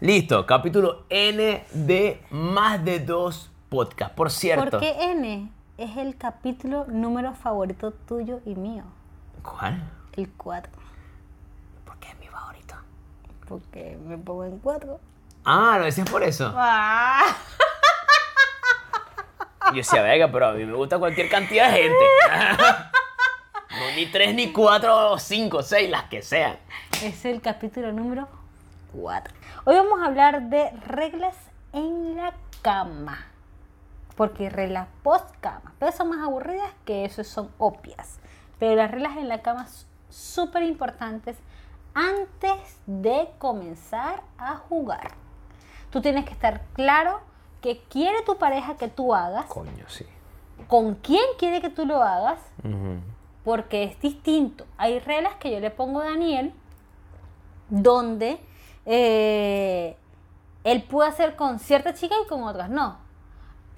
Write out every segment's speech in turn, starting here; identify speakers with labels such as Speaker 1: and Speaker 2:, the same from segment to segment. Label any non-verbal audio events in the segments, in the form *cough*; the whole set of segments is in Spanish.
Speaker 1: Listo, capítulo N de más de dos podcasts. Por cierto.
Speaker 2: ¿Por qué N es el capítulo número favorito tuyo y mío?
Speaker 1: ¿Cuál?
Speaker 2: El 4.
Speaker 1: ¿Por qué es mi favorito?
Speaker 2: Porque me pongo en 4.
Speaker 1: Ah, lo decías por eso. Yo
Speaker 2: *laughs*
Speaker 1: decía, venga, pero a mí me gusta cualquier cantidad de gente. *laughs* No, ni tres, ni cuatro, o cinco, seis, las que sean.
Speaker 2: Es el capítulo número 4. Hoy vamos a hablar de reglas en la cama. Porque reglas post cama. Pero son más aburridas que eso, son obvias. Pero las reglas en la cama son súper importantes antes de comenzar a jugar. Tú tienes que estar claro qué quiere tu pareja que tú hagas,
Speaker 1: Coño, sí.
Speaker 2: con quién quiere que tú lo hagas, porque es distinto. Hay reglas que yo le pongo a Daniel donde eh, él puede hacer con ciertas chicas y con otras no.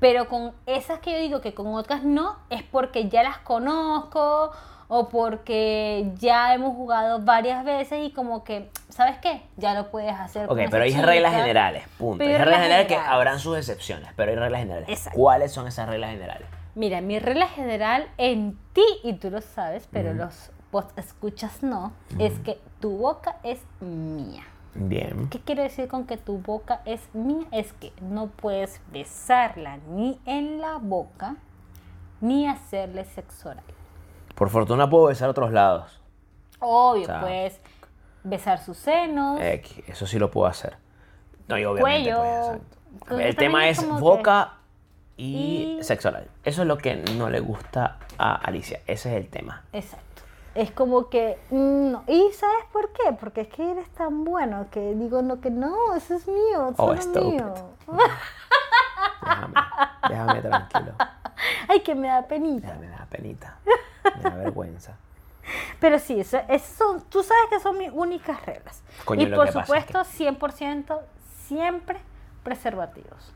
Speaker 2: Pero con esas que yo digo que con otras no es porque ya las conozco o porque ya hemos jugado varias veces y como que, ¿sabes qué? Ya lo puedes hacer.
Speaker 1: Ok,
Speaker 2: con
Speaker 1: pero hay
Speaker 2: esa
Speaker 1: reglas
Speaker 2: chica.
Speaker 1: generales, punto.
Speaker 2: Pero
Speaker 1: Hay reglas generales que
Speaker 2: generales.
Speaker 1: habrán sus excepciones, pero hay reglas generales.
Speaker 2: Exacto.
Speaker 1: ¿Cuáles son esas reglas generales?
Speaker 2: Mira, mi regla general en ti, y tú lo sabes, pero los post escuchas no, es que tu boca es mía.
Speaker 1: Bien.
Speaker 2: ¿Qué quiere decir con que tu boca es mía? Es que no puedes besarla ni en la boca, ni hacerle sexo oral.
Speaker 1: Por fortuna puedo besar otros lados.
Speaker 2: Obvio,
Speaker 1: sea,
Speaker 2: puedes besar sus senos,
Speaker 1: X, eso sí lo puedo hacer. No, y obviamente,
Speaker 2: Cuello,
Speaker 1: pues, exacto.
Speaker 2: creo que
Speaker 1: El
Speaker 2: también
Speaker 1: tema
Speaker 2: es
Speaker 1: es
Speaker 2: como que-
Speaker 1: boca y,
Speaker 2: y-
Speaker 1: sexo oral. Eso es lo que no le gusta a Alicia. Ese es el tema.
Speaker 2: Exacto. Es como que, mm, no. ¿Y sabes por qué? Porque es que eres tan bueno que digo, no, que no, eso es mío, es
Speaker 1: Oh,
Speaker 2: solo
Speaker 1: stop
Speaker 2: mío.
Speaker 1: Déjame, déjame tranquilo.
Speaker 2: Ay, que me da penita.
Speaker 1: Déjame, me da penita. Me da vergüenza.
Speaker 2: Pero sí, eso, esas son, tú sabes que son mis únicas reglas.
Speaker 1: Coño,
Speaker 2: y
Speaker 1: lo
Speaker 2: por
Speaker 1: que pasa es
Speaker 2: supuesto, 100% siempre preservativos.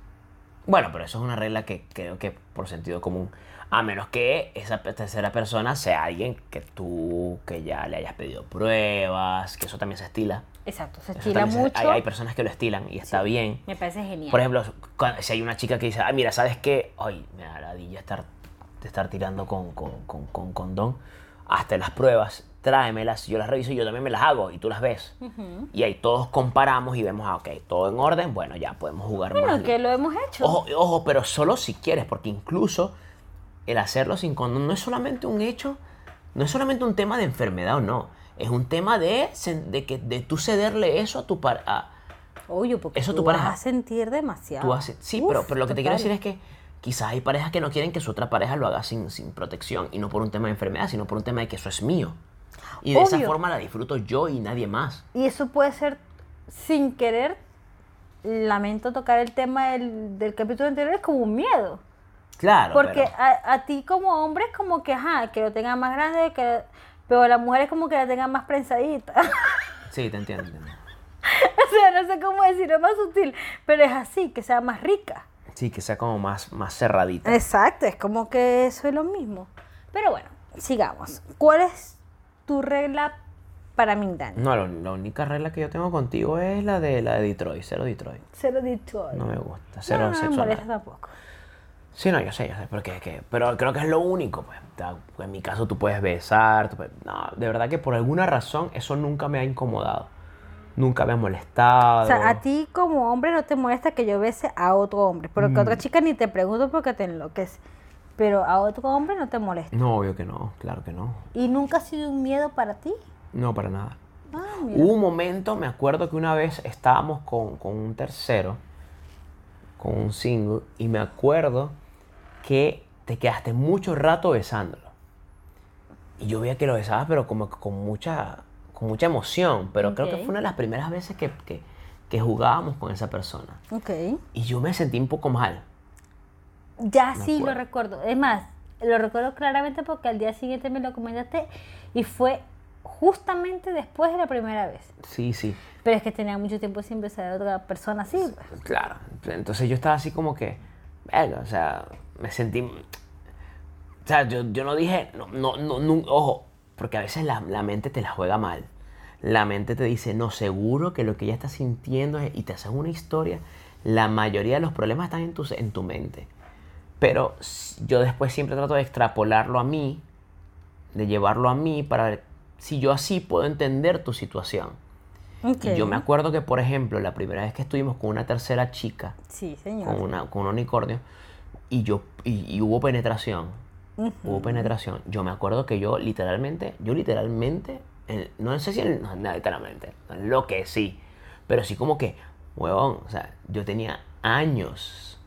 Speaker 1: Bueno, pero eso es una regla que creo que por sentido común. A menos que esa pe- tercera persona sea alguien que tú, que ya le hayas pedido pruebas, que eso también se estila.
Speaker 2: Exacto, se
Speaker 1: Eso
Speaker 2: estila
Speaker 1: también se-
Speaker 2: mucho.
Speaker 1: hay, hay personas que lo estilan y está bien.
Speaker 2: Me parece genial.
Speaker 1: Por ejemplo, cuando- si hay una chica que dice, ah, mira, ¿sabes qué? Ay, me da ladilla estar, de estar tirando con, con, con, con condón. Hazte las pruebas, tráemelas, yo las reviso y yo también me las hago y tú las ves. Y ahí todos comparamos y vemos, ah, ok, todo en orden, bueno, ya podemos jugar más.
Speaker 2: bueno,
Speaker 1: libre.
Speaker 2: que lo hemos hecho.
Speaker 1: Ojo, ojo, pero solo si quieres, porque incluso el hacerlo sin condón no es solamente un hecho, no es solamente un tema de enfermedad o no. Es un tema de, sen- de que de tú cederle eso a tu par, a-
Speaker 2: Oye, porque
Speaker 1: Eso
Speaker 2: tú
Speaker 1: tú
Speaker 2: vas
Speaker 1: pareja-
Speaker 2: a sentir demasiado.
Speaker 1: tú haces- sí,
Speaker 2: Uf,
Speaker 1: pero, pero lo que te quiero
Speaker 2: total.
Speaker 1: decir es que quizás hay parejas que no quieren que su otra pareja lo haga sin, sin protección y no por un tema de enfermedad, sino por un tema de que eso es mío. Y de esa
Speaker 2: Obvio.
Speaker 1: forma la disfruto yo y nadie más.
Speaker 2: Y eso puede ser sin querer. Lamento tocar el tema del, del capítulo anterior, es como un miedo.
Speaker 1: Claro.
Speaker 2: Porque
Speaker 1: pero-
Speaker 2: a, a ti como hombre es como que, ajá, que lo tenga más grande, que, pero la mujer es como que la tenga más prensadita. *laughs*
Speaker 1: sí, te entiendo. te entiendo.
Speaker 2: o sea, no sé cómo decirlo más sutil, pero es así, que sea más rica.
Speaker 1: Sí, que sea como más, más cerradita.
Speaker 2: Exacto, es como que eso es lo mismo. Pero bueno, sigamos. ¿Cuál es tu regla para mí, Dani?
Speaker 1: No, lo- la única regla que yo tengo contigo es la de la de Detroit, cero Detroit.
Speaker 2: Cero dicho.
Speaker 1: No me gusta, cero
Speaker 2: no, no me
Speaker 1: sexo oral.
Speaker 2: molesta tampoco.
Speaker 1: Sí, no, yo sé, yo sé, porque es que, pero creo que es lo único, pues. ta- En mi caso tú puedes besar, tú puedes- no, de verdad que por alguna razón eso nunca me ha incomodado. Nunca me ha molestado.
Speaker 2: O sea, a ti como hombre no te molesta que yo bese a otro hombre, pero que a otra chica ni te pregunto porque te enloquece. Pero a otro hombre no te molesta.
Speaker 1: No, obvio que no, claro que no.
Speaker 2: ¿Y nunca ha sido un miedo para ti?
Speaker 1: No, para nada.
Speaker 2: Ah, mira.
Speaker 1: Hubo un momento, me acuerdo que una vez estábamos con, con un tercero, con un single, y me acuerdo que te quedaste mucho rato besándolo. Y yo veía que lo besabas, pero como que con mucha, con mucha emoción. Pero creo que
Speaker 2: Ok.
Speaker 1: fue una de las primeras veces que, que, que jugábamos con esa persona.
Speaker 2: Ok.
Speaker 1: Y yo me sentí un poco mal.
Speaker 2: Ya sí lo
Speaker 1: acuerdo.
Speaker 2: recuerdo. Es más, lo recuerdo claramente porque al día siguiente me lo comentaste y fue justamente después de la primera vez.
Speaker 1: Sí, sí.
Speaker 2: Pero es que tenía mucho tiempo sin besar a otra persona así. pues.
Speaker 1: Claro, entonces yo estaba así como que, verga, o sea, me sentí, o sea, yo, yo no dije, no, no, no, nun- ojo, porque a veces la, la mente te la juega mal. la mente te dice, no, seguro que lo que ella está sintiendo es, y te haces una historia, la mayoría de los problemas están en tu, en tu mente. Pero yo después siempre trato de extrapolarlo a mí, de llevarlo a mí para ver si yo así puedo entender tu situación.
Speaker 2: Ok.
Speaker 1: Yo me acuerdo que, por ejemplo, la primera vez que estuvimos con una tercera chica,
Speaker 2: Sí, señor.
Speaker 1: con, una, con un unicornio, y, yo, y, y hubo penetración, hubo penetración. Yo me acuerdo que yo literalmente, yo literalmente, en- no sé si en- no, no, literalmente, lo que sí, pero sí como que, huevón, o sea, yo tenía años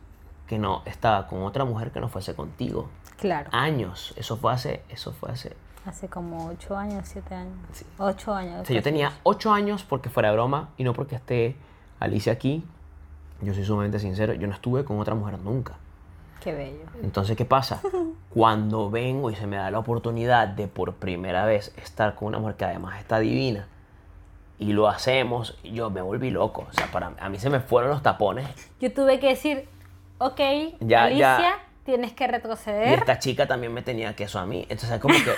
Speaker 1: que no estaba con otra mujer que no fuese contigo.
Speaker 2: Claro.
Speaker 1: Ah. Años, eso fue hace, eso fue hace
Speaker 2: Hace como 8 años, 7 años.
Speaker 1: Sí.
Speaker 2: 8 años.
Speaker 1: O sea, yo tenía 8 años porque fuera broma y no porque esté Alicia aquí. Yo soy sumamente sincero, yo no estuve con otra mujer nunca.
Speaker 2: Qué bello.
Speaker 1: Entonces, ¿qué pasa? Cuando vengo y se me da la oportunidad de por primera vez estar con una mujer que además está divina y lo hacemos, yo me volví loco. O sea, para, a mí se me fueron los tapones
Speaker 2: Yo tuve que decir, ok,
Speaker 1: Ya,
Speaker 2: Alicia,
Speaker 1: ya.
Speaker 2: tienes que
Speaker 1: y
Speaker 2: retroceder.
Speaker 1: esta chica también me tenía queso a mí. Entonces, es como que,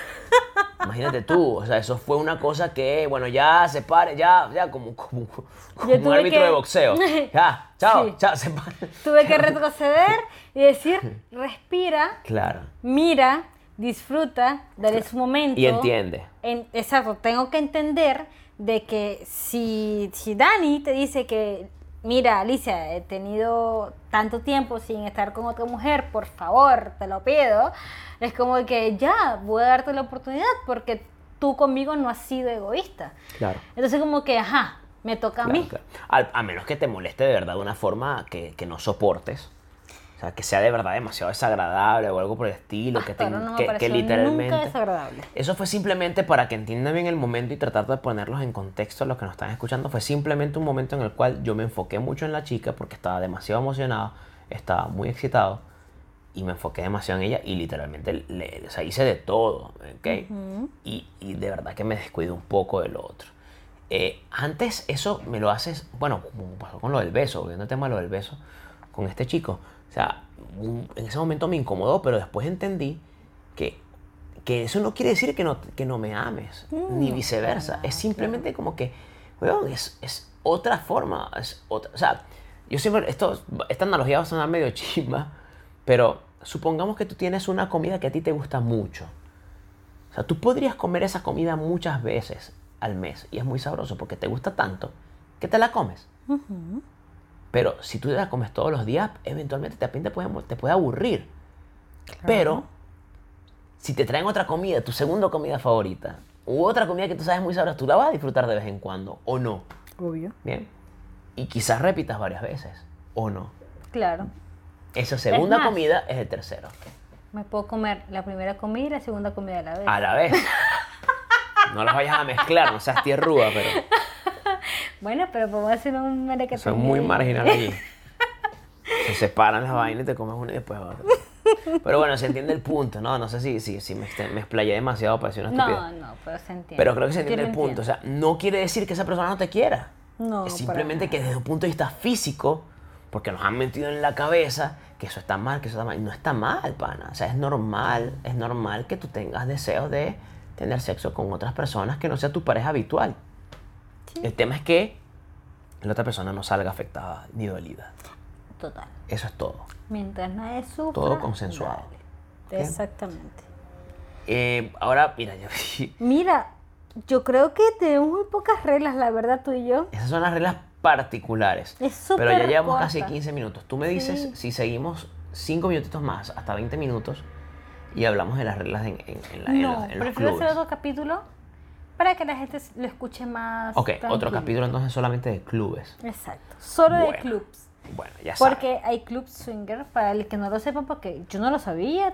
Speaker 1: imagínate tú, o sea, eso fue una cosa que, bueno, ya se pare, ya, ya, como, como, como
Speaker 2: Yo
Speaker 1: un
Speaker 2: tuve
Speaker 1: árbitro
Speaker 2: que-
Speaker 1: de
Speaker 2: *laughs*
Speaker 1: boxeo. Ya, chao,
Speaker 2: Sí.
Speaker 1: chao, se para.
Speaker 2: Tuve que retroceder
Speaker 1: *laughs*
Speaker 2: y decir, respira,
Speaker 1: Claro.
Speaker 2: mira, disfruta, dale su momento.
Speaker 1: Y entiende.
Speaker 2: En- exacto, tengo que entender de que si, si Dani te dice que, mira, Alicia, he tenido tanto tiempo sin estar con otra mujer, por favor, te lo pido, es como que ya, voy a darte la oportunidad porque tú conmigo no has sido egoísta.
Speaker 1: Claro.
Speaker 2: Entonces como que, ajá, me toca a
Speaker 1: Claro,
Speaker 2: mí.
Speaker 1: claro. Al- A, menos que te moleste de verdad de una forma que, que no soportes. O sea, que sea de verdad demasiado desagradable o algo por el estilo, que, te,
Speaker 2: Hasta ahora Ah, no me
Speaker 1: que, que
Speaker 2: pareció
Speaker 1: literalmente...
Speaker 2: nunca desagradable.
Speaker 1: Eso fue simplemente para que entiendan bien el momento y tratar de ponerlos en contexto a los que nos están escuchando. Fue simplemente un momento en el cual yo me enfoqué mucho en la chica porque estaba demasiado emocionado, estaba muy excitado y me enfoqué demasiado en ella y literalmente le, o sea, hice de todo, ¿ok? y, y de verdad que me descuido un poco del otro. Eh, antes eso me lo haces, bueno, como pasó con lo del beso, volviendo al tema de lo del beso, con este chico. O sea, un- en ese momento me incomodó, pero después entendí que, que eso no quiere decir que no, que no me ames, ni viceversa. es simplemente como que, weón, es, es otra forma. Es otra, o sea, yo siempre, esto, esta analogía va a sonar medio *laughs* chimba, pero supongamos que tú tienes una comida que a ti te gusta mucho. O sea, tú podrías comer esa comida muchas veces al mes y es muy sabroso porque te gusta tanto que te la comes. Pero si tú te la comes todos los días, eventualmente también te puede, te puede aburrir. Pero si te traen otra comida, tu segunda comida favorita, u otra comida que tú sabes muy sabrosa, tú la vas a disfrutar de vez en cuando o no.
Speaker 2: Obvio.
Speaker 1: Bien. Y quizás repitas varias veces o no.
Speaker 2: Claro.
Speaker 1: Esa segunda
Speaker 2: más.
Speaker 1: comida es el tercero.
Speaker 2: Me puedo comer la primera comida y la segunda comida a la vez.
Speaker 1: A la vez. No las vayas a mezclar, no seas tierrúa, pero...
Speaker 2: Bueno, pero podemos hacer un merequetengue.
Speaker 1: Soy muy marginal allí. Se separan las vainas y te comes una y después otra. Pero bueno, se entiende el punto, ¿no? No sé si, si, si me, este- me explayé demasiado para decir una estupidez.
Speaker 2: No, no, pero se entiende.
Speaker 1: Pero creo que se
Speaker 2: Yo lo
Speaker 1: entiende el punto. O sea, no quiere decir que esa persona no te quiera.
Speaker 2: No,
Speaker 1: Es
Speaker 2: para
Speaker 1: simplemente que desde un punto de vista físico, porque nos han metido en la cabeza que eso está mal, que eso está mal. Y no está mal, pana. O sea, es normal, es normal que tú tengas deseos de tener sexo con otras personas que no sea tu pareja habitual. El tema es que la otra persona no salga afectada ni dolida.
Speaker 2: entiendo. Total.
Speaker 1: Eso es todo.
Speaker 2: Mientras nadie sufra.
Speaker 1: Todo consensuado.
Speaker 2: dale. Exactamente.
Speaker 1: Eh, ahora, mira, yo, *laughs*
Speaker 2: Mira, yo creo que tenemos muy pocas reglas, la verdad, tú y yo.
Speaker 1: esas son las reglas particulares.
Speaker 2: Es
Speaker 1: Pero ya
Speaker 2: súper
Speaker 1: llevamos
Speaker 2: corta.
Speaker 1: casi 15 minutos. Tú me dices si seguimos 5 minutitos más, hasta 20 minutos, y hablamos de las reglas en, en- en la- en
Speaker 2: no,
Speaker 1: los- en los
Speaker 2: prefiero hacer
Speaker 1: clubes.
Speaker 2: otro capítulo para que la gente lo escuche más.
Speaker 1: Ok, otro
Speaker 2: tranquilo.
Speaker 1: capítulo entonces solamente de clubes.
Speaker 2: Exacto. Solo de
Speaker 1: Bueno.
Speaker 2: clubs.
Speaker 1: Bueno, ya sabes.
Speaker 2: Porque hay club swinger, para el que no lo sepa, porque yo no lo sabía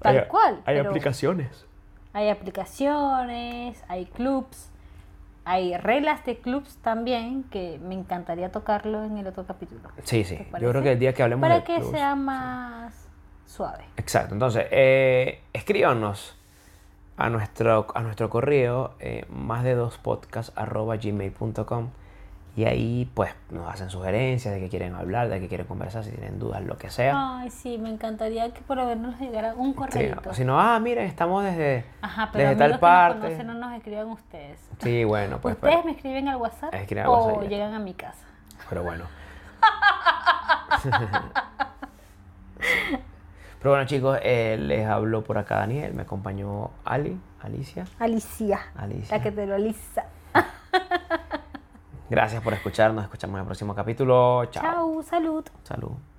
Speaker 2: tal cual. pero
Speaker 1: aplicaciones.
Speaker 2: Hay aplicaciones, hay clubs, hay reglas de clubs también, que me encantaría tocarlo en el otro capítulo.
Speaker 1: Sí, sí.
Speaker 2: ¿Te
Speaker 1: Yo creo
Speaker 2: parece?
Speaker 1: que el día que hablemos
Speaker 2: Para
Speaker 1: de
Speaker 2: que
Speaker 1: clubes-
Speaker 2: sea más suave.
Speaker 1: Exacto, entonces, eh, escríbanos a eh, nuestro, a nuestro correo más de dos podcast arroba gmail.com Y ahí pues nos hacen sugerencias de qué quieren hablar, de qué quieren conversar, si tienen dudas, lo que sea.
Speaker 2: Ay, sí, me encantaría que por habernos llegara un
Speaker 1: Sí,
Speaker 2: correo.
Speaker 1: si no, ah, miren, estamos desde,
Speaker 2: Ajá, pero
Speaker 1: desde
Speaker 2: amigos
Speaker 1: tal
Speaker 2: que
Speaker 1: parte.
Speaker 2: nos conocen no nos escriban ustedes.
Speaker 1: Sí, bueno, pues
Speaker 2: ustedes
Speaker 1: pero,
Speaker 2: me escriben al WhatsApp
Speaker 1: Escriban al
Speaker 2: o
Speaker 1: WhatsApp y ya.
Speaker 2: llegan a mi casa.
Speaker 1: pero
Speaker 2: *laughs*
Speaker 1: bueno. pero bueno, chicos, eh, les habló por acá Daniel, me acompañó Ali, Alicia.
Speaker 2: Alicia,
Speaker 1: Alicia.
Speaker 2: la que te lo alisa.
Speaker 1: Gracias por escucharnos, escuchamos en el próximo capítulo. Chao.
Speaker 2: Chao, salud.
Speaker 1: Salud.